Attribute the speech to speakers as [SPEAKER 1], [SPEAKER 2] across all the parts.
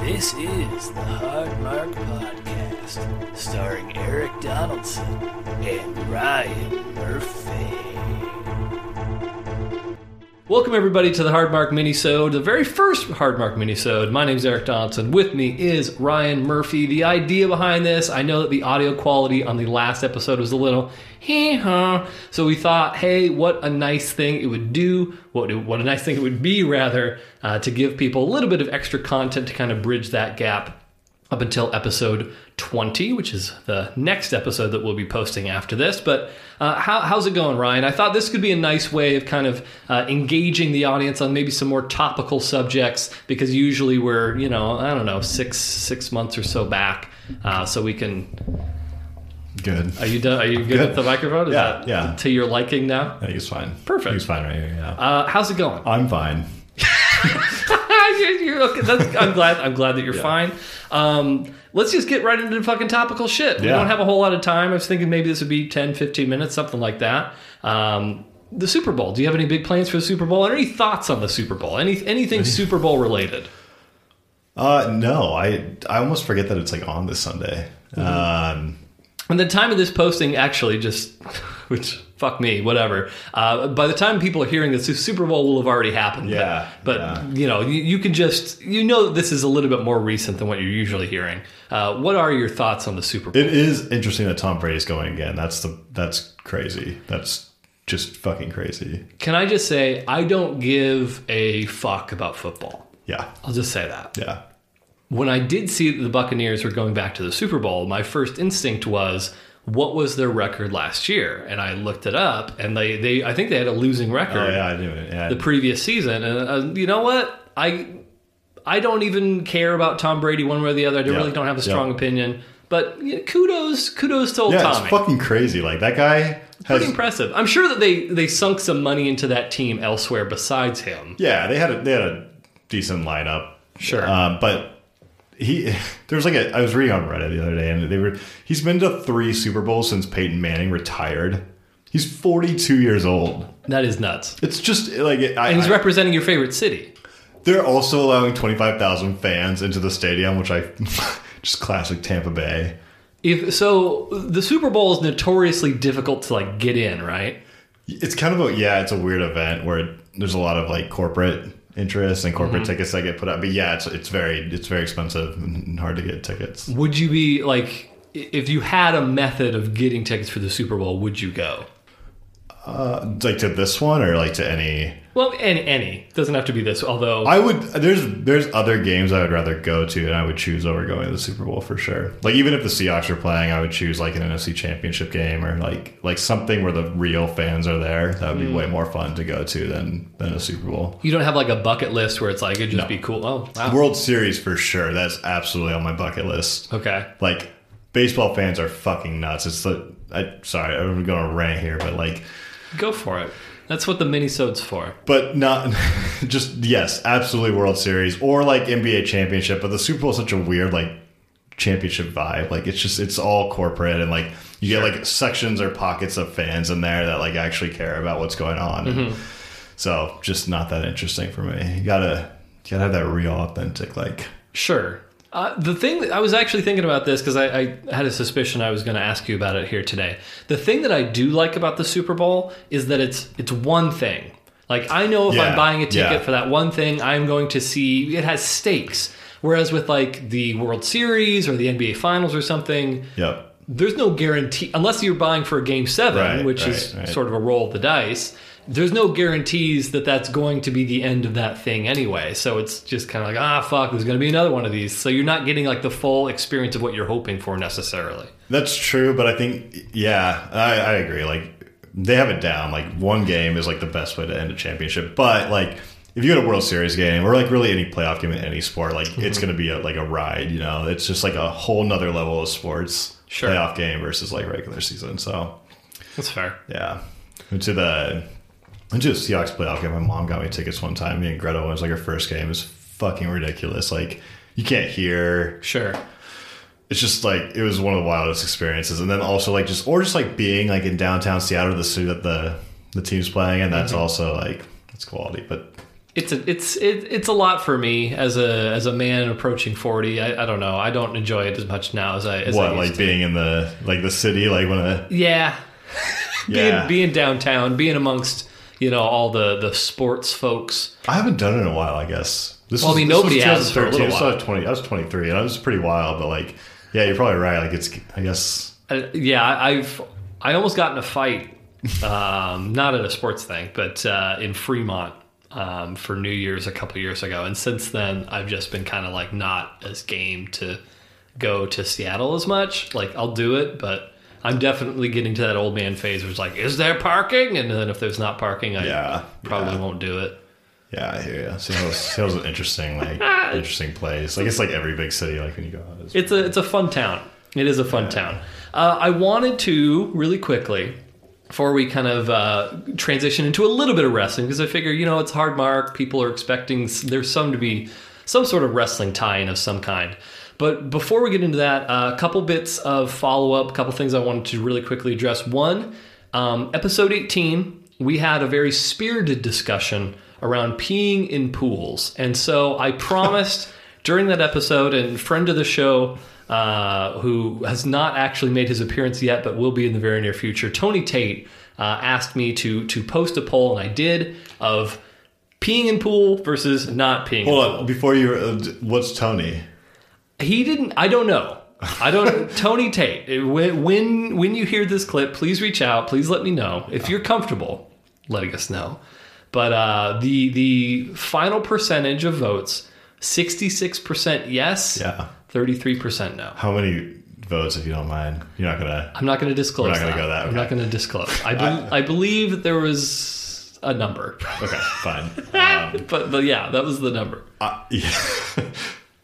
[SPEAKER 1] This is the Hard Mark Podcast, starring Eric Donaldson and Ryan Murphy.
[SPEAKER 2] Welcome everybody to the Hardmark Minisode, the very first Hardmark Minisode. My name's Eric Donaldson. With me is Ryan Murphy. The idea behind this, I know that the audio quality on the last episode was a little hee haw, so we thought, hey, what a nice thing it would do, what what a nice thing it would be rather, uh, to give people a little bit of extra content to kind of bridge that gap up until episode 20, which is the next episode that we'll be posting after this. But uh, how, how's it going, Ryan? I thought this could be a nice way of kind of uh, engaging the audience on maybe some more topical subjects because usually we're, you know, I don't know, six six months or so back, uh, so we can.
[SPEAKER 3] Good.
[SPEAKER 2] Are you done? Are you good with the microphone? Is
[SPEAKER 3] Yeah,
[SPEAKER 2] that
[SPEAKER 3] yeah.
[SPEAKER 2] To your liking now?
[SPEAKER 3] I think it's fine.
[SPEAKER 2] Perfect.
[SPEAKER 3] He's fine right here. Yeah.
[SPEAKER 2] Uh, how's it going?
[SPEAKER 3] I'm fine.
[SPEAKER 2] You're- you're okay. That's- I'm glad. I'm glad that you're fine. Um, let's just get right into the fucking topical shit. We
[SPEAKER 3] Yeah.
[SPEAKER 2] don't have a whole lot of time. I was thinking maybe this would be 10, 15 minutes, something like that. Um, the Super Bowl. Do you have any big plans for the Super Bowl? Any thoughts on the Super Bowl? Any anything Super Bowl related?
[SPEAKER 3] Uh, no, I I almost forget that it's like on this Sunday. Um,
[SPEAKER 2] And the time of this posting, actually, just which fuck me, whatever. Uh, by the time people are hearing this, the Super Bowl will have already happened. But-
[SPEAKER 3] Yeah,
[SPEAKER 2] but,
[SPEAKER 3] yeah.
[SPEAKER 2] you know, you, you can just you know that this is a little bit more recent than what you're usually hearing. Uh, what are your thoughts on the Super Bowl?
[SPEAKER 3] it is interesting that Tom Brady's going again. That's the that's crazy. That's just fucking crazy.
[SPEAKER 2] Can I just say I don't give a fuck about football.
[SPEAKER 3] Yeah.
[SPEAKER 2] I'll just say that.
[SPEAKER 3] Yeah.
[SPEAKER 2] when I did see that the Buccaneers were going back to the Super Bowl, my first instinct was, what was their record last year? And I looked it up, and they, they I think they had a losing record
[SPEAKER 3] Oh yeah, I knew it. Yeah.
[SPEAKER 2] the previous season. And uh, you know what? I I don't even care about Tom Brady one way or the other. I don't
[SPEAKER 3] Yeah.
[SPEAKER 2] really don't have a
[SPEAKER 3] Yeah.
[SPEAKER 2] strong opinion. But you know, kudos, kudos to old
[SPEAKER 3] yeah,
[SPEAKER 2] Tommy.
[SPEAKER 3] it's fucking crazy. Like that guy has
[SPEAKER 2] Pretty impressive. I'm sure that they they sunk some money into that team elsewhere besides him.
[SPEAKER 3] Yeah, they had a, they had a decent lineup.
[SPEAKER 2] Sure.
[SPEAKER 3] Um, but he there was like a I was reading on Reddit the other day, and they were he's been to three Super Bowls since Peyton Manning retired. He's 42 years old.
[SPEAKER 2] That is nuts.
[SPEAKER 3] It's just like I,
[SPEAKER 2] And he's
[SPEAKER 3] I-
[SPEAKER 2] representing your favorite city.
[SPEAKER 3] they're also allowing 25,000 fans into the stadium, which I just classic Tampa Bay.
[SPEAKER 2] If so, the Super Bowl is notoriously difficult to like get in, right?
[SPEAKER 3] It's kind of a yeah, it's a weird event where it, there's a lot of like corporate interests and
[SPEAKER 2] Mm-hmm.
[SPEAKER 3] corporate tickets that get put out. But yeah, it's it's very it's very expensive and hard to get tickets.
[SPEAKER 2] Would you be like, i- if you had a method of getting tickets for the Super Bowl, would you go?
[SPEAKER 3] like to this one or like to any
[SPEAKER 2] Well, any, any doesn't have to be this. Although,
[SPEAKER 3] I would there's there's other games I would rather go to and I would choose over going to the Super Bowl for sure. Like even if the Seahawks are playing, I would choose like an NFC championship game or like like something where the real fans are there. That would be way more fun to go to than than a Super Bowl.
[SPEAKER 2] you don't have like a bucket list where it's like it'd just
[SPEAKER 3] No.
[SPEAKER 2] be cool. Oh, wow.
[SPEAKER 3] World Series for sure. That's absolutely on my bucket list.
[SPEAKER 2] okay.
[SPEAKER 3] Like baseball fans are fucking nuts. It's the I sorry, I'm going to rant here, but like
[SPEAKER 2] Go for it. That's what the minisode's for.
[SPEAKER 3] but not just yes, absolutely World Series or like NBA championship. But the Super Bowl is such a weird like championship vibe. Like it's just it's all corporate and like you get like sections or pockets of fans in there that like actually care about what's going on. So just not that interesting for me. You gotta you gotta have that real authentic like
[SPEAKER 2] Sure. Uh, the thing that I was actually thinking about this because I, I had a suspicion I was going to ask you about it here today. The thing that I do like about the Super Bowl is that it's it's one thing. Like I know if I'm
[SPEAKER 3] Yeah,
[SPEAKER 2] buying a ticket
[SPEAKER 3] yeah.
[SPEAKER 2] for that one thing, I'm going to see it has stakes. Whereas with like the World Series or the NBA Finals or something,
[SPEAKER 3] yep.
[SPEAKER 2] there's no guarantee unless you're buying for a game seven,
[SPEAKER 3] Right,
[SPEAKER 2] which
[SPEAKER 3] right,
[SPEAKER 2] is
[SPEAKER 3] right.
[SPEAKER 2] sort of a roll of the dice. There's no guarantees that that's going to be the end of that thing anyway. So it's just kind of like, ah, fuck, there's going to be another one of these. So you're not getting like the full experience of what you're hoping for necessarily.
[SPEAKER 3] That's true, but I think yeah, I, I agree. Like they have it down. Like one game is like the best way to end a championship. But like if you had a World Series game or like really any playoff game in any sport, like it's gonna be a, like a ride. You know, it's just like a whole nother level of sports
[SPEAKER 2] Sure.
[SPEAKER 3] playoff game versus like regular season. So
[SPEAKER 2] That's fair.
[SPEAKER 3] yeah, went to the went to a Seahawks playoff game. My mom got me tickets one time. Me and Greta went. It was like her first game. It was fucking ridiculous. Like you can't hear
[SPEAKER 2] Sure.
[SPEAKER 3] it's just like it was one of the wildest experiences and then also like just or just like being like
[SPEAKER 2] Mm-hmm.
[SPEAKER 3] in downtown seattle the city that the the team's playing and that's also like it's quality but
[SPEAKER 2] it's a it's it, it's a lot for me as a as a man approaching forty. I, I don't know. I don't enjoy it as much now as I as
[SPEAKER 3] What
[SPEAKER 2] I
[SPEAKER 3] like
[SPEAKER 2] used
[SPEAKER 3] being in the like the city, like one of
[SPEAKER 2] to.
[SPEAKER 3] the
[SPEAKER 2] yeah.
[SPEAKER 3] Yeah.
[SPEAKER 2] being being downtown, being amongst you know all the the sports folks.
[SPEAKER 3] I haven't done it in a while, I guess. This
[SPEAKER 2] Well, I
[SPEAKER 3] was-
[SPEAKER 2] mean,
[SPEAKER 3] this was
[SPEAKER 2] nobody has for a
[SPEAKER 3] 2013.
[SPEAKER 2] little
[SPEAKER 3] I was, 20, I was 23, and I was pretty wild, but like, yeah, you're probably right. Like, it's, I guess,
[SPEAKER 2] Uh, yeah, I- I've I almost got in a fight, um, not at a sports thing, but uh, in Fremont um, for New Year's a couple years ago, and since then I've just been kind of like not as game to go to Seattle as much. Like I'll do it, but I'm definitely getting to that old man phase where it's like, is there parking? And then if there's not parking, I
[SPEAKER 3] Yeah,
[SPEAKER 2] probably
[SPEAKER 3] yeah.
[SPEAKER 2] won't do it.
[SPEAKER 3] yeah, I hear you. Seattle's, Seattle's an interesting, like, interesting place. Like, it's like every big city, like, when you go out. It's,
[SPEAKER 2] It's a it's a fun town. It is a fun town. Uh, I wanted to really quickly before we kind of uh, transition into a little bit of wrestling because I figure you know it's hard mark. People are expecting s- there's some to be some sort of wrestling tie-in of some kind. But before we get into that, uh, a couple bits of follow-up, a couple things I wanted to really quickly address. One, um, episode 18, we had a very spirited discussion around peeing in pools, and so I promised. during that episode and friend of the show uh, who has not actually made his appearance yet but will be in the very near future tony tate uh, asked me to to post a poll and i did of peeing in pool versus not peeing in
[SPEAKER 3] hold
[SPEAKER 2] pool.
[SPEAKER 3] on, before you, uh, d- what's Tony?
[SPEAKER 2] he didn't i don't know i don't tony tate it- when when when you hear this clip please reach out please let me know if you're comfortable letting us know but uh, the the final percentage of votes 66% yes
[SPEAKER 3] Yeah.
[SPEAKER 2] 33% no
[SPEAKER 3] How many votes, if you don't mind? You're not gonna,
[SPEAKER 2] I'm not going to disclose.
[SPEAKER 3] not gonna go that,
[SPEAKER 2] I'm
[SPEAKER 3] okay.
[SPEAKER 2] not going to disclose. I, bel I believe that there was a number,
[SPEAKER 3] okay, fine. Um.
[SPEAKER 2] but but yeah, that was the number.
[SPEAKER 3] Uh, yeah.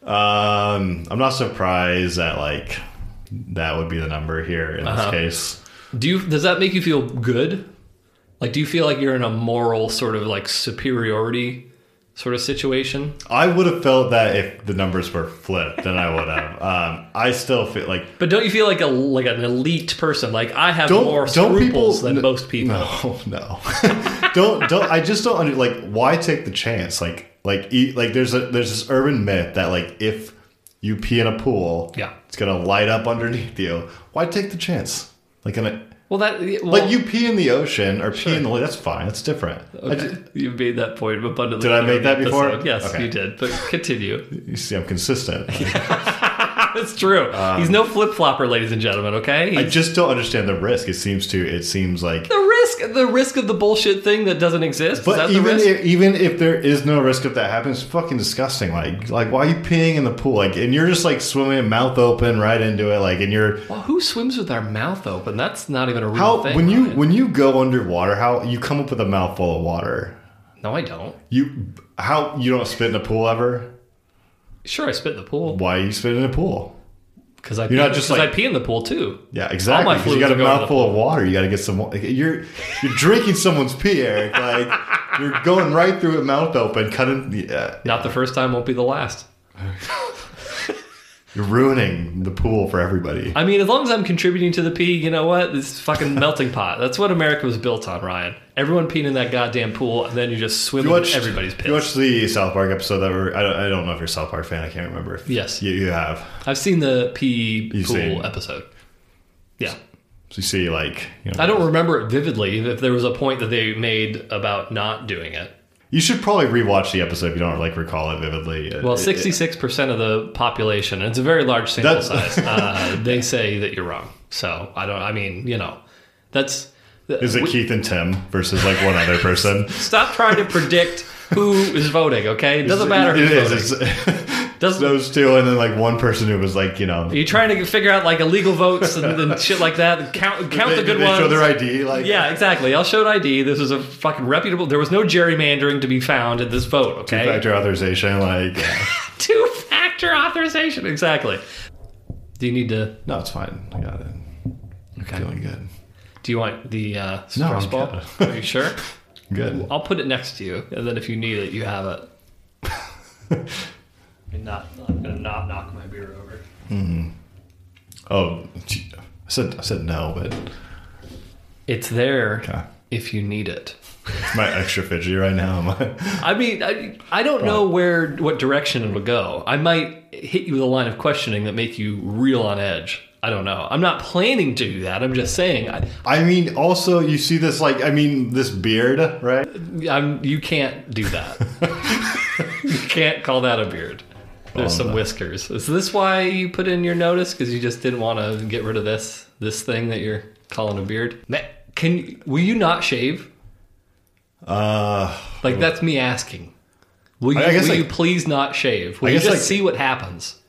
[SPEAKER 3] um, I'm not surprised that, like, that would be the number here in
[SPEAKER 2] Uh-huh.
[SPEAKER 3] this case.
[SPEAKER 2] Do you? Does that make you feel good? Like, do you feel like you're in a moral sort of like superiority sort of situation?
[SPEAKER 3] I would have felt that if the numbers were flipped, then I would have. Um, I still feel like
[SPEAKER 2] But don't you feel like a like an elite person? Like I have
[SPEAKER 3] don't
[SPEAKER 2] more
[SPEAKER 3] don't people
[SPEAKER 2] scruples than
[SPEAKER 3] n-
[SPEAKER 2] most people.
[SPEAKER 3] No, no. don't don't. I just don't under, like. Why take the chance? Like like e, like there's a there's this urban myth that like if you pee in a pool,
[SPEAKER 2] Yeah.
[SPEAKER 3] it's gonna light up underneath you. Why take the chance? Like in a,
[SPEAKER 2] Well, that well,
[SPEAKER 3] like you pee in the ocean or pee in the lake. That's fine. That's different. I ju-
[SPEAKER 2] you made that point abundantly.
[SPEAKER 3] Did I make
[SPEAKER 2] clear in the
[SPEAKER 3] that before?
[SPEAKER 2] episode. Yes,
[SPEAKER 3] Okay.
[SPEAKER 2] you did. But continue.
[SPEAKER 3] you see, I'm consistent.
[SPEAKER 2] That's true. He's no flip flopper, ladies and gentlemen. Okay,
[SPEAKER 3] Um. I
[SPEAKER 2] He's-
[SPEAKER 3] just don't understand the risk. It seems to. It seems like
[SPEAKER 2] the risk the risk of the bullshit thing that doesn't exist is that
[SPEAKER 3] But
[SPEAKER 2] the
[SPEAKER 3] even
[SPEAKER 2] risk
[SPEAKER 3] if, even if there is no risk if that happens, fucking disgusting. Like like why are you peeing in the pool? Like and you're just like swimming mouth open right into it. Like and you're
[SPEAKER 2] well, who swims with their mouth open that's not even a real
[SPEAKER 3] how
[SPEAKER 2] thing
[SPEAKER 3] when you
[SPEAKER 2] Ryan.
[SPEAKER 3] when you go underwater, how you come up with a mouthful of water.
[SPEAKER 2] no i don't
[SPEAKER 3] You how you don't spit in a pool ever?
[SPEAKER 2] sure i spit in the pool
[SPEAKER 3] Why you spit in a pool?
[SPEAKER 2] because i
[SPEAKER 3] not
[SPEAKER 2] pee-
[SPEAKER 3] just
[SPEAKER 2] 'cause
[SPEAKER 3] like-
[SPEAKER 2] I pee in the pool too
[SPEAKER 3] Yeah, exactly. 'cause you
[SPEAKER 2] fluids
[SPEAKER 3] got
[SPEAKER 2] are
[SPEAKER 3] a
[SPEAKER 2] going to the
[SPEAKER 3] mouthful of water. You got to get some. like, You're you're drinking someone's pee, Eric. Like you're going right through it, mouth open, cutting. Yeah,
[SPEAKER 2] not the first time won't be the last
[SPEAKER 3] you're ruining the pool for everybody.
[SPEAKER 2] i mean as long as i'm contributing to the pee you know what this is fucking melting pot that's what america was built on ryan everyone peeing in that goddamn pool and then you just swim
[SPEAKER 3] You
[SPEAKER 2] with
[SPEAKER 3] watched-
[SPEAKER 2] everybody's piss
[SPEAKER 3] You watched the South Park episode that we're. I don't, I don't know if you're a South Park fan. I can't remember. If
[SPEAKER 2] Yes.
[SPEAKER 3] you, you have.
[SPEAKER 2] i've seen the pee
[SPEAKER 3] You've
[SPEAKER 2] pool
[SPEAKER 3] seen-
[SPEAKER 2] episode yeah
[SPEAKER 3] So you see, like, you know,
[SPEAKER 2] i don't remember it vividly if there was a point that they made about not doing it
[SPEAKER 3] You should probably rewatch the episode if you don't like recall it vividly.
[SPEAKER 2] Well,
[SPEAKER 3] It- it-
[SPEAKER 2] sixty-six percent of the population, and it's a very large sample
[SPEAKER 3] That's-
[SPEAKER 2] size. Uh, they say that you're wrong. So I don't. I mean, you know, that's.
[SPEAKER 3] Is it
[SPEAKER 2] we-
[SPEAKER 3] Keith and Tim versus like one other person?
[SPEAKER 2] Stop trying to predict who is voting. Okay, it doesn't matter who's
[SPEAKER 3] It is.
[SPEAKER 2] voting.
[SPEAKER 3] It's-
[SPEAKER 2] Doesn't-
[SPEAKER 3] those two, and then like one person who was like, you know,
[SPEAKER 2] Are you trying to figure out like illegal votes and, and shit like that? Count count
[SPEAKER 3] they,
[SPEAKER 2] the good
[SPEAKER 3] they
[SPEAKER 2] ones.
[SPEAKER 3] show their ID. Like,
[SPEAKER 2] yeah, exactly. I'll show an ID. This was a fucking reputable. There was no gerrymandering to be found in this vote. Okay,
[SPEAKER 3] Factor authorization, like yeah.
[SPEAKER 2] two factor authorization. Exactly. Do you need to?
[SPEAKER 3] no, it's fine. I got it.
[SPEAKER 2] Okay.
[SPEAKER 3] Feeling good.
[SPEAKER 2] Do you want the uh,
[SPEAKER 3] No,
[SPEAKER 2] stress
[SPEAKER 3] I'm
[SPEAKER 2] ball?
[SPEAKER 3] good.
[SPEAKER 2] Are you sure?
[SPEAKER 3] Good.
[SPEAKER 2] I'll put it next to you, and then if you need it, you have it. I'm not. I'm gonna not knock my beer over.
[SPEAKER 3] Oh, gee, I said I said no, but
[SPEAKER 2] It's there
[SPEAKER 3] Okay.
[SPEAKER 2] if you need it.
[SPEAKER 3] It's my extra fidgety right now. My-
[SPEAKER 2] I mean, I, I don't know where what direction it'll go. I might hit you with a line of questioning that make you real on edge. I don't know. I'm not planning to do that. I'm just saying. I,
[SPEAKER 3] I mean, also you see this like I mean this beard, right?
[SPEAKER 2] I'm. You can't do that. you can't call that a beard. There's some whiskers. Is this why you put in your notice? Because you just didn't want to get rid of this this thing that you're calling a beard. Ma- Can will you not shave?
[SPEAKER 3] Uh,
[SPEAKER 2] Like that's me asking. Will you,
[SPEAKER 3] I guess,
[SPEAKER 2] will you
[SPEAKER 3] like-
[SPEAKER 2] please not shave? Will you
[SPEAKER 3] guess,
[SPEAKER 2] just
[SPEAKER 3] like-
[SPEAKER 2] see what happens?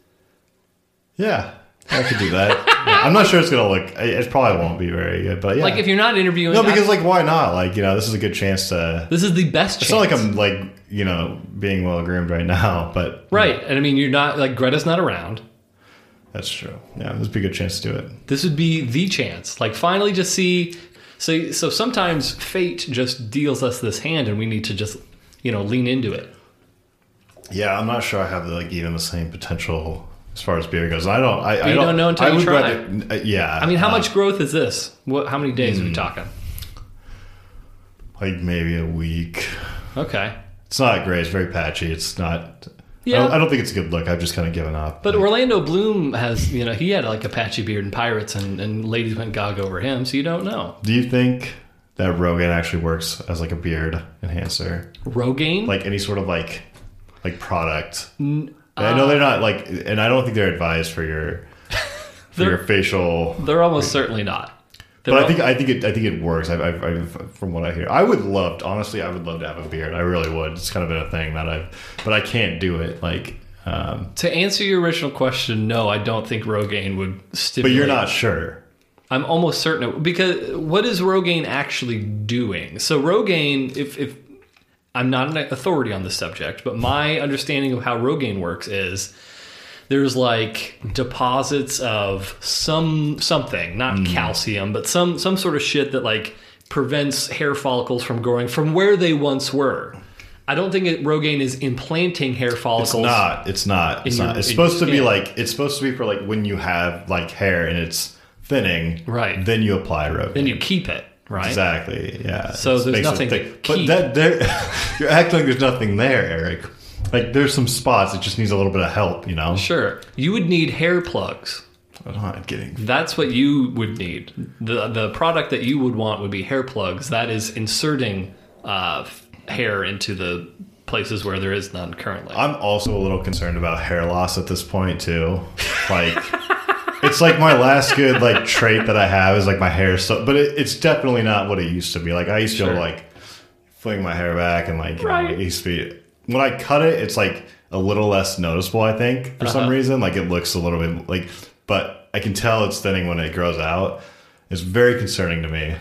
[SPEAKER 3] yeah, I could do that. Yeah, I'm not sure it's gonna look. It it probably won't be very good, but yeah.
[SPEAKER 2] Like if you're not interviewing,
[SPEAKER 3] no,
[SPEAKER 2] I-
[SPEAKER 3] because like why not? Like you know, this is a good chance to.
[SPEAKER 2] This is the best chance.
[SPEAKER 3] It's not like I'm like you know being well groomed right now, but
[SPEAKER 2] right, and I mean you're not like Greta's not around.
[SPEAKER 3] that's true. Yeah, this would be a good chance to do it.
[SPEAKER 2] This would be the chance. Like finally, just see. So so sometimes fate just deals us this hand, and we need to just you know lean into it.
[SPEAKER 3] Yeah, I'm not sure I have like even the same potential as far as beer goes. I don't. I, I
[SPEAKER 2] you don't know until
[SPEAKER 3] I
[SPEAKER 2] you
[SPEAKER 3] would
[SPEAKER 2] try.
[SPEAKER 3] rather- uh, yeah.
[SPEAKER 2] I mean, how
[SPEAKER 3] uh, hmm.
[SPEAKER 2] much growth is this? What? How many days are we talking?
[SPEAKER 3] Like maybe a week.
[SPEAKER 2] Okay,
[SPEAKER 3] It's not great. It's very patchy. It's not. Yeah. I
[SPEAKER 2] Yeah.
[SPEAKER 3] don't, I don't think it's a good look. I've just kind of given up.
[SPEAKER 2] but
[SPEAKER 3] Like,
[SPEAKER 2] Orlando Bloom has you know he had like a patchy beard and pirates, and and ladies went gog over him. So you don't know
[SPEAKER 3] do you think that Rogan actually works as like a beard enhancer,
[SPEAKER 2] Rogaine.
[SPEAKER 3] like any sort of like like product? I
[SPEAKER 2] uh,
[SPEAKER 3] know they're not like, and I don't think they're advised for your for your facial.
[SPEAKER 2] They're almost certainly not. They're
[SPEAKER 3] But
[SPEAKER 2] al-
[SPEAKER 3] I think I think it I think it works. I've, I've, I've from what I hear, I would love to, honestly. I would love to have a beard. I really would. It's kind of been a thing that I've, but I can't do it. Like, um,
[SPEAKER 2] to answer your original question, no, I don't think Rogaine would
[SPEAKER 3] but
[SPEAKER 2] stimulate.
[SPEAKER 3] you're not sure.
[SPEAKER 2] I'm almost certain it, because what is Rogaine actually doing? So Rogaine, if if I'm not an authority on this subject, but my understanding of how Rogaine works is there's like deposits of some something, not
[SPEAKER 3] Hmm.
[SPEAKER 2] calcium, but some some sort of shit that like prevents hair follicles from growing from where they once were. I don't think it, Rogaine is implanting hair follicles.
[SPEAKER 3] It's not. It's not. It's
[SPEAKER 2] In your-
[SPEAKER 3] not. It's
[SPEAKER 2] in your
[SPEAKER 3] supposed to be
[SPEAKER 2] skin.
[SPEAKER 3] like it's supposed to be for like when you have like hair and it's thinning.
[SPEAKER 2] Right.
[SPEAKER 3] Then you apply Rogaine.
[SPEAKER 2] Then you keep it, right?
[SPEAKER 3] exactly. Yeah.
[SPEAKER 2] So
[SPEAKER 3] It's
[SPEAKER 2] there's
[SPEAKER 3] makes it
[SPEAKER 2] nothing
[SPEAKER 3] thick.
[SPEAKER 2] to
[SPEAKER 3] But
[SPEAKER 2] keep.
[SPEAKER 3] that there, you're acting like there's nothing there, Eric. Like there's some spots. It just needs a little bit of help. You know.
[SPEAKER 2] Sure. You would need hair plugs.
[SPEAKER 3] I'm not getting
[SPEAKER 2] That's what you would need. the The product that you would want would be hair plugs. That is inserting uh, f- hair into the places where there is none currently.
[SPEAKER 3] I'm also a little concerned about hair loss at this point too. Like it's like my last good like trait that I have is like my hair so but it, it's definitely not what it used to be. Like I used to
[SPEAKER 2] Sure.
[SPEAKER 3] like fling my hair back and like you know,
[SPEAKER 2] Right.
[SPEAKER 3] it used to be when I cut it it's like a little less noticeable I think for
[SPEAKER 2] Uh-huh.
[SPEAKER 3] some reason like it looks a little bit like but I can tell it's thinning when it grows out. It's very concerning to me.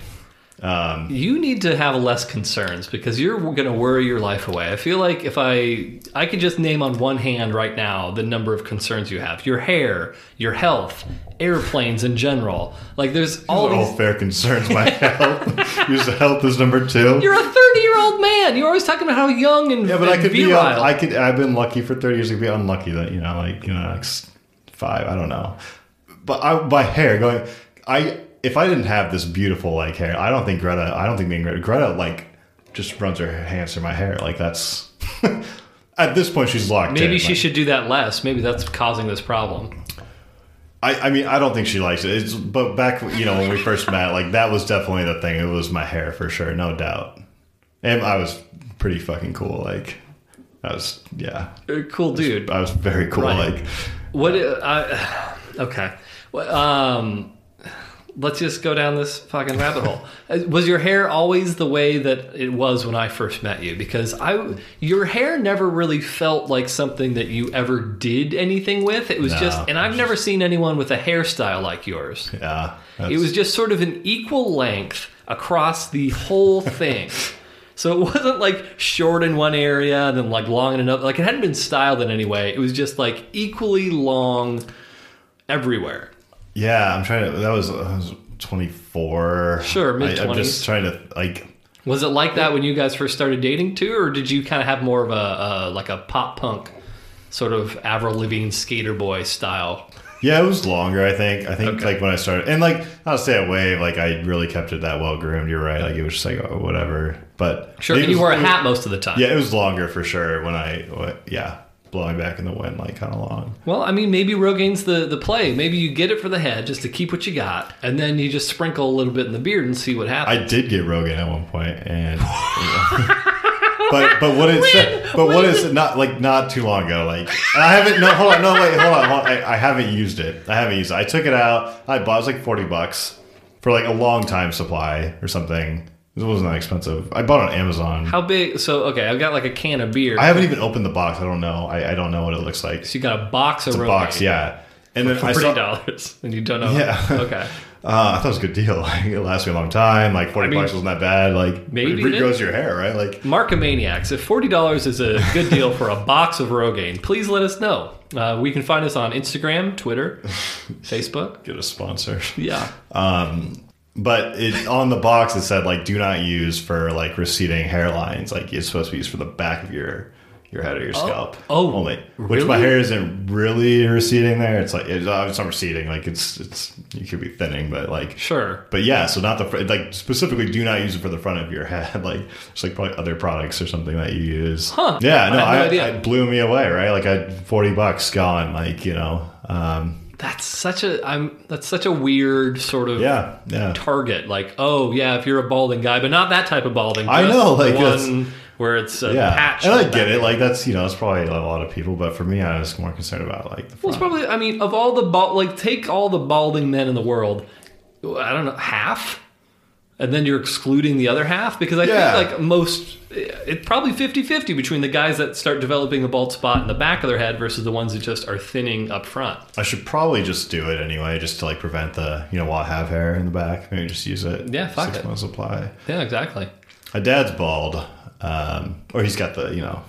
[SPEAKER 2] you need to have less concerns because you're going to worry your life away. I feel like if I I could just name on one hand right now the number of concerns you have: your hair, your health, airplanes in general. Like there's all
[SPEAKER 3] All
[SPEAKER 2] these.
[SPEAKER 3] fair concerns my health. Use health is number 2.
[SPEAKER 2] You're a 30 year old man. You're always talking about how young and
[SPEAKER 3] Yeah, but I
[SPEAKER 2] and
[SPEAKER 3] could
[SPEAKER 2] virile.
[SPEAKER 3] be. un- I could. I've been lucky for thirty years. I could be unlucky that you know, like you know, like s- five. I don't know. But I, my hair going. I if I didn't have this beautiful like hair, I don't think Greta. I don't think being Greta. Greta like just runs her hands through my hair. Like that's. at this point, she's locked.
[SPEAKER 2] Maybe
[SPEAKER 3] in.
[SPEAKER 2] she
[SPEAKER 3] Like,
[SPEAKER 2] should do that less. Maybe that's causing this problem.
[SPEAKER 3] I, I mean, I don't think she likes it. It's, but back, you know, when we first met, like that was definitely the thing. It was my hair for sure, no doubt. And I was pretty fucking cool. Like, I was, yeah,
[SPEAKER 2] Uh, Cool dude.
[SPEAKER 3] I was very cool.
[SPEAKER 2] Right.
[SPEAKER 3] Like,
[SPEAKER 2] What? Uh, I, okay. Well, Um, let's just go down this fucking rabbit hole. Uh, Was your hair always the way that it was when I first met you? Because I, your hair never really felt like something that you ever did anything with. It was
[SPEAKER 3] No,
[SPEAKER 2] just, and
[SPEAKER 3] it
[SPEAKER 2] I've never seen anyone with a hairstyle like yours.
[SPEAKER 3] Yeah.
[SPEAKER 2] It was just sort of an equal length across the whole thing. so it wasn't like short in one area and then like long in another. Like it hadn't been styled in any way. It was just like equally long everywhere.
[SPEAKER 3] yeah. I'm trying to. That was, I was 24.
[SPEAKER 2] Sure, mid-
[SPEAKER 3] I- I'm
[SPEAKER 2] 20s.
[SPEAKER 3] just trying to like.
[SPEAKER 2] Was it like that when you guys first started dating too, or did you kind of have more of a, a like a pop punk sort of Avril Lavigne skater boy style
[SPEAKER 3] Yeah, it was longer. I think. I think
[SPEAKER 2] Okay.
[SPEAKER 3] like when I started, and like I'll say a wave. Like I really kept it that well groomed. You're right. Like it was just like oh, whatever. But
[SPEAKER 2] Sure,
[SPEAKER 3] it
[SPEAKER 2] and you
[SPEAKER 3] was-
[SPEAKER 2] wear a
[SPEAKER 3] it was-
[SPEAKER 2] hat most of the time.
[SPEAKER 3] Yeah, it was longer for sure. When I wh- yeah, blowing back in the wind, like kind of long.
[SPEAKER 2] Well, I mean, maybe Rogaine's the, the play. Maybe you get it for the head just to keep what you got, and then you just sprinkle a little bit in the beard and see what
[SPEAKER 3] I
[SPEAKER 2] happens.
[SPEAKER 3] did get Rogan at one point, and but but what is but what is not like not too long ago? Like and I haven't no hold on no wait hold on, hold on. I, I haven't used it. I haven't used it. I took it out. I bought it was like forty bucks for like a long time supply or something. It wasn't that expensive. I bought it on Amazon.
[SPEAKER 2] How big? So, okay, I've got like a can of beer.
[SPEAKER 3] I haven't even opened the box. I don't know. I, I don't know what it looks like.
[SPEAKER 2] so you got a box of
[SPEAKER 3] The
[SPEAKER 2] Rogaine.
[SPEAKER 3] box, yeah. And then I
[SPEAKER 2] Forty
[SPEAKER 3] saw,
[SPEAKER 2] dollars, and you don't know.
[SPEAKER 3] Yeah.
[SPEAKER 2] Okay.
[SPEAKER 3] Uh, I thought it was a good deal. Like, it lasts me a long time. Like forty
[SPEAKER 2] I mean,
[SPEAKER 3] bucks wasn't that bad. Like
[SPEAKER 2] maybe
[SPEAKER 3] it
[SPEAKER 2] it
[SPEAKER 3] regrows your hair, right? Like
[SPEAKER 2] Markomaniacs, if forty dollars is a good deal for a box of Rogaine, please let us know. Uh, we can find us on Instagram, Twitter, Facebook.
[SPEAKER 3] get a sponsor.
[SPEAKER 2] Yeah.
[SPEAKER 3] Um, but it on the box it said like do not use for like receding hairlines. Like it's supposed to be used for the back of your your head or your scalp.
[SPEAKER 2] oh,
[SPEAKER 3] only which my
[SPEAKER 2] really?
[SPEAKER 3] hair isn't really receding there. It's like it's, uh, it's not receding. Like it's it's you could be thinning, but like
[SPEAKER 2] Sure.
[SPEAKER 3] But yeah, so not the fr- like specifically do not use it for the front of your head. Like it's like probably other products or something that you use.
[SPEAKER 2] Huh.
[SPEAKER 3] Yeah, no,
[SPEAKER 2] I
[SPEAKER 3] I,
[SPEAKER 2] had no idea.
[SPEAKER 3] it blew me away. Right, like I forty bucks gone. Like you know, um,
[SPEAKER 2] That's such a I'm that's such a weird sort of
[SPEAKER 3] yeah, yeah.
[SPEAKER 2] target. Like, oh yeah, if you're a balding guy, but not that type of balding.
[SPEAKER 3] I
[SPEAKER 2] just
[SPEAKER 3] know,
[SPEAKER 2] the
[SPEAKER 3] like, that's-
[SPEAKER 2] one where it's a
[SPEAKER 3] Yeah,
[SPEAKER 2] patch.
[SPEAKER 3] and
[SPEAKER 2] on
[SPEAKER 3] I
[SPEAKER 2] the
[SPEAKER 3] get
[SPEAKER 2] back.
[SPEAKER 3] it. Like that's you know, it's probably a lot of people, but for me, I was more concerned about like the
[SPEAKER 2] Well, it's
[SPEAKER 3] front.
[SPEAKER 2] probably. I mean, of all the bald, like take all the balding men in the world. I don't know half, and then you're excluding the other half because I
[SPEAKER 3] Yeah.
[SPEAKER 2] think like most, it's probably 50-50 between the guys that start developing a bald spot in the back of their head versus the ones that just are thinning up front.
[SPEAKER 3] I should probably just do it anyway, just to like prevent the you know while I have hair in the back, maybe just use it.
[SPEAKER 2] Yeah, fuck
[SPEAKER 3] six
[SPEAKER 2] it.
[SPEAKER 3] months supply.
[SPEAKER 2] Yeah, exactly.
[SPEAKER 3] My dad's bald, um, or he's got the you know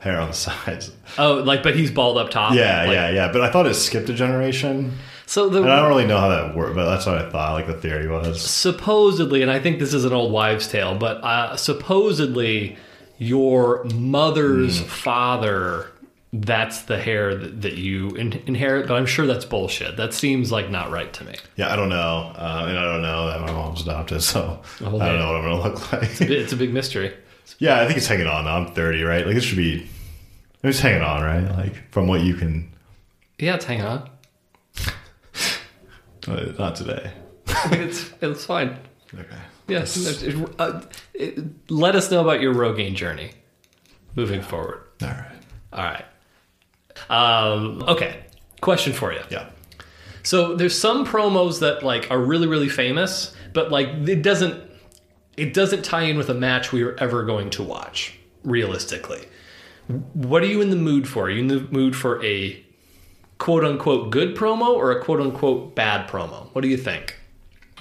[SPEAKER 3] hair on the sides.
[SPEAKER 2] Oh, like, but he's bald up top.
[SPEAKER 3] Yeah,
[SPEAKER 2] Like,
[SPEAKER 3] yeah, yeah. But I thought it skipped a generation,
[SPEAKER 2] So the
[SPEAKER 3] and I don't really know how that worked. But that's what I thought. Like the theory was.
[SPEAKER 2] supposedly, and I think this is an old wives' tale, but uh, supposedly your mother's father. That's the hair that, that you in- inherit, but I'm sure that's bullshit. That seems like not right to me.
[SPEAKER 3] Yeah, I don't know, uh, and I don't know that my mom's adopted, so
[SPEAKER 2] Oh,
[SPEAKER 3] I
[SPEAKER 2] man.
[SPEAKER 3] don't know what I'm gonna look like.
[SPEAKER 2] It's a big mystery.
[SPEAKER 3] yeah, I think it's hanging on. Though. I'm 30, right? Like it should be. It's hanging on, right? Like from what you can.
[SPEAKER 2] Yeah, it's hanging on.
[SPEAKER 3] Uh, not today.
[SPEAKER 2] I mean, it's it's fine.
[SPEAKER 3] Okay.
[SPEAKER 2] Yes. It- uh, it- let us know about your Rogaine journey moving forward.
[SPEAKER 3] All right.
[SPEAKER 2] All right. Um, okay. Question for you.
[SPEAKER 3] Yeah.
[SPEAKER 2] So there's some promos that like are really really famous, but like it doesn't it doesn't tie in with a match we are ever going to watch realistically. What are you in the mood for? Are you in the mood for a quote unquote good promo or a quote unquote bad promo? What do you think?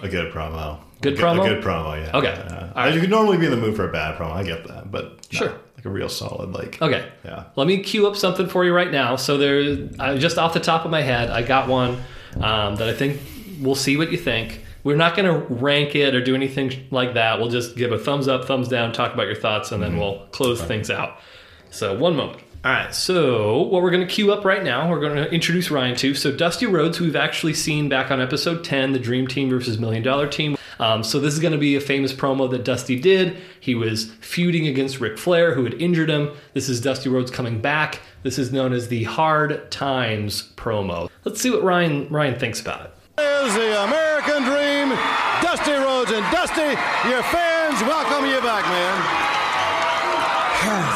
[SPEAKER 3] A good promo.
[SPEAKER 2] Good
[SPEAKER 3] a
[SPEAKER 2] promo?
[SPEAKER 3] A good promo. Yeah.
[SPEAKER 2] Okay.
[SPEAKER 3] Yeah.
[SPEAKER 2] All right.
[SPEAKER 3] You could normally be in the mood for a bad promo. I get that, but no,
[SPEAKER 2] Sure.
[SPEAKER 3] like a real solid. Like.
[SPEAKER 2] Okay.
[SPEAKER 3] Yeah.
[SPEAKER 2] Let me queue up something for you right now. So there, I, just off the top of my head, I got one um, that I think we'll see what you think. We're not going to rank it or do anything sh- like that. We'll just give a thumbs up, thumbs down, talk about your thoughts, and then we'll close things out. So one moment. All right. So what we're going to queue up right now, we're going to introduce Ryan to. So Dusty Rhodes, who we've actually seen back on episode ten, the Dream Team versus Million Dollar Team. Um, so this is going to be a famous promo that Dusty did. He was feuding against Ric Flair, who had injured him. This is Dusty Rhodes coming back. This is known as the Hard Times promo. Let's see what Ryan Ryan thinks about it.
[SPEAKER 4] There's the American dream, Dusty Rhodes. And Dusty, your fans welcome you back, man.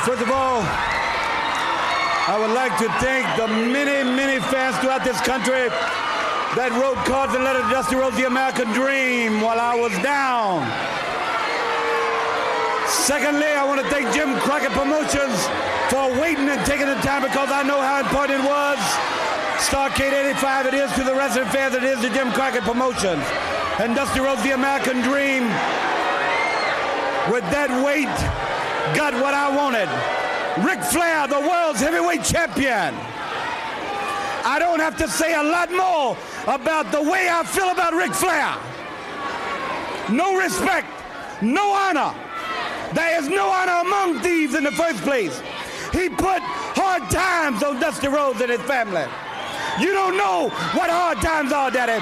[SPEAKER 5] First of all, I would like to thank the many, many fans throughout this country that wrote cards and letters to Dusty Rhodes the American Dream while I was down. Secondly, I want to thank Jim Crockett Promotions for waiting and taking the time because I know how important it was. Starcade 85 it is to the wrestling fans, it is to Jim Crockett Promotions. And Dusty Rhodes the American Dream with that weight, got what I wanted. Ric Flair, the world's heavyweight champion. I don't have to say a lot more about the way I feel about Ric Flair. No respect, no honor. There is no honor among thieves in the first place. He put hard times on Dusty Rhodes and his family. You don't know what hard times are, Daddy.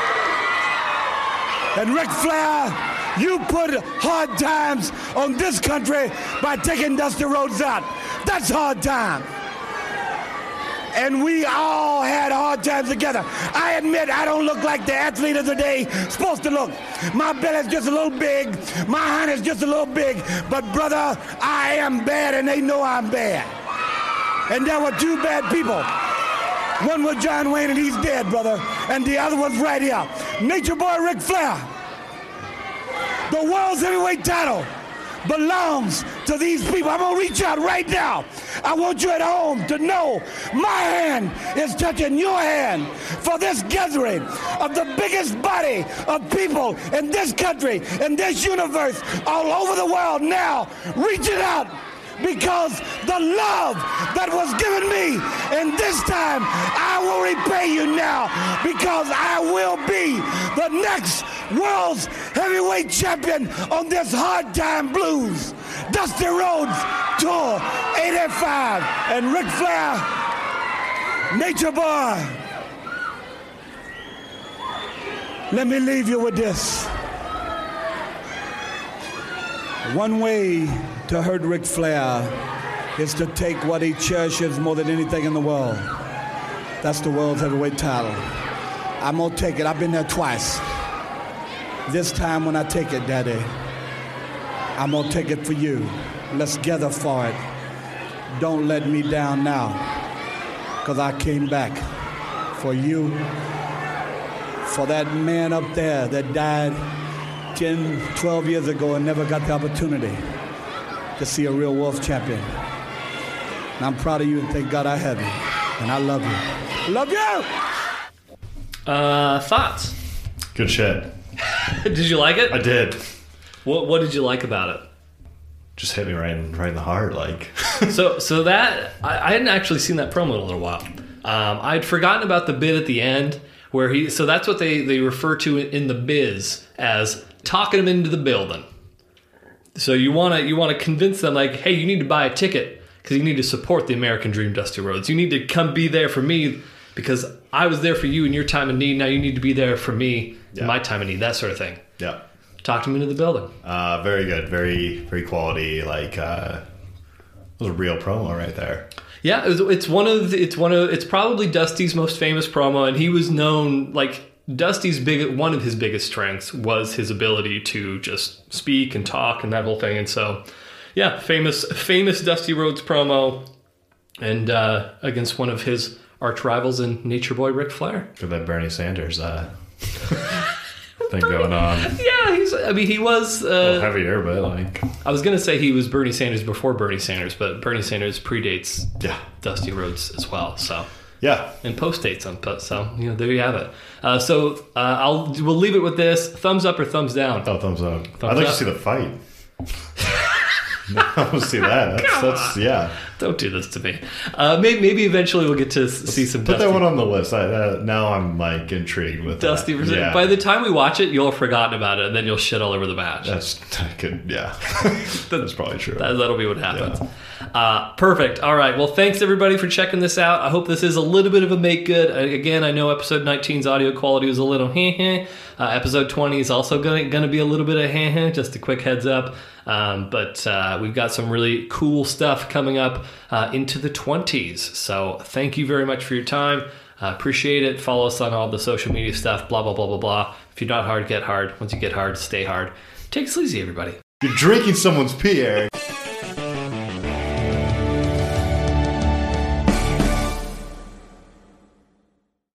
[SPEAKER 5] And Ric Flair, you put hard times on this country by taking Dusty Rhodes out. That's hard time and we all had hard times together. I admit I don't look like the athlete of the day supposed to look. My belly's just a little big, my hind is just a little big, but brother, I am bad and they know I'm bad. And there were two bad people. One was John Wayne and he's dead, brother, and the other one's right here. Nature Boy Ric Flair. The world's heavyweight title belongs to these people. I'm gonna reach out right now. I want you at home to know my hand is touching your hand for this gathering of the biggest body of people in this country, in this universe, all over the world now. Reach it out because the love that was given me, and this time I will repay you now because I will be the next world's heavyweight champion on this hard time blues Dusty Rhodes Tour 85 and Ric Flair, Nature Boy. Let me leave you with this. One way to hurt Ric Flair is to take what he cherishes more than anything in the world. That's the world's heavyweight title. I'm gonna take it. I've been there twice. This time when I take it, Daddy, I'm gonna take it for you. Let's gather for it. Don't let me down now, because I came back for you, for that man up there that died 10, 12 years ago and never got the opportunity to see a real Wolf champion. And I'm proud of you and thank God I have you. And I love you. Love you!
[SPEAKER 2] Uh, thoughts?
[SPEAKER 3] Good shit.
[SPEAKER 2] did you like
[SPEAKER 3] I
[SPEAKER 2] it?
[SPEAKER 3] did.
[SPEAKER 2] What What did you like about it?
[SPEAKER 3] Just hit me right in, right in the heart. Like,
[SPEAKER 2] So, so that I, I hadn't actually seen that promo in a little while. Um, I'd forgotten about the bit at the end where he. So that's what they they refer to in the biz as talking him into the building. So you want to you want to convince them like, hey, you need to buy a ticket because you need to support the American Dream, Dusty Rhodes. You need to come be there for me because I was there for you in your time of need. Now you need to be there for me in
[SPEAKER 3] Yeah.
[SPEAKER 2] my time of need. That sort of thing.
[SPEAKER 3] yeah.
[SPEAKER 2] Talked him into the building.
[SPEAKER 3] Uh, very good. Very, very quality. Like, uh, it was a real promo right there.
[SPEAKER 2] Yeah, it was, it's one of the, it's one of it's probably Dusty's most famous promo, and he was known like Dusty's big one of his biggest strengths was his ability to just speak and talk and that whole thing. And so, yeah, famous famous Dusty Rhodes promo, and uh, against one of his arch rivals in Nature Boy Ric Flair.
[SPEAKER 3] Got that Bernie Sanders uh, thing going on.
[SPEAKER 2] Yeah, he's I mean he was
[SPEAKER 3] A little
[SPEAKER 2] uh,
[SPEAKER 3] heavier, but like,
[SPEAKER 2] I was gonna say he was Bernie Sanders before Bernie Sanders, but Bernie Sanders predates
[SPEAKER 3] yeah,
[SPEAKER 2] Dusty Rhodes as well. So.
[SPEAKER 3] yeah.
[SPEAKER 2] and post dates on post. So you know, there you have it. Uh, so uh, I'll we'll leave it with this: thumbs up or thumbs down.
[SPEAKER 3] Oh, thumbs up.
[SPEAKER 2] Thumbs
[SPEAKER 3] I'd like
[SPEAKER 2] up.
[SPEAKER 3] to see the fight. no, I want to see that. That's, that's yeah.
[SPEAKER 2] Don't do this to me. Uh, maybe, maybe eventually we'll get to s- see some
[SPEAKER 3] Put
[SPEAKER 2] Dusty,
[SPEAKER 3] that one on the list. I, uh, now I'm like intrigued with
[SPEAKER 2] Dusty.
[SPEAKER 3] That.
[SPEAKER 2] versus-
[SPEAKER 3] Yeah.
[SPEAKER 2] By the time we watch it, you'll have forgotten about it, and then you'll shit all over the match.
[SPEAKER 3] that's I could yeah. that's probably true.
[SPEAKER 2] That, that'll be what happens. Uh, perfect. All right. Well, thanks everybody for checking this out. I hope this is a little bit of a make good. Uh, Again, I know episode 19's audio quality was a little heh heh. Uh, episode 20 is also going to be a little bit of heh heh, just a quick heads up. Um, but uh, we've got some really cool stuff coming up uh, into the 20s. So thank you very much for your time. Uh, appreciate it. Follow us on all the social media stuff, blah, blah, blah, blah, blah. If you're not hard, get hard. Once you get hard, stay hard. Take it easy, everybody.
[SPEAKER 3] You're drinking someone's pee, Eric.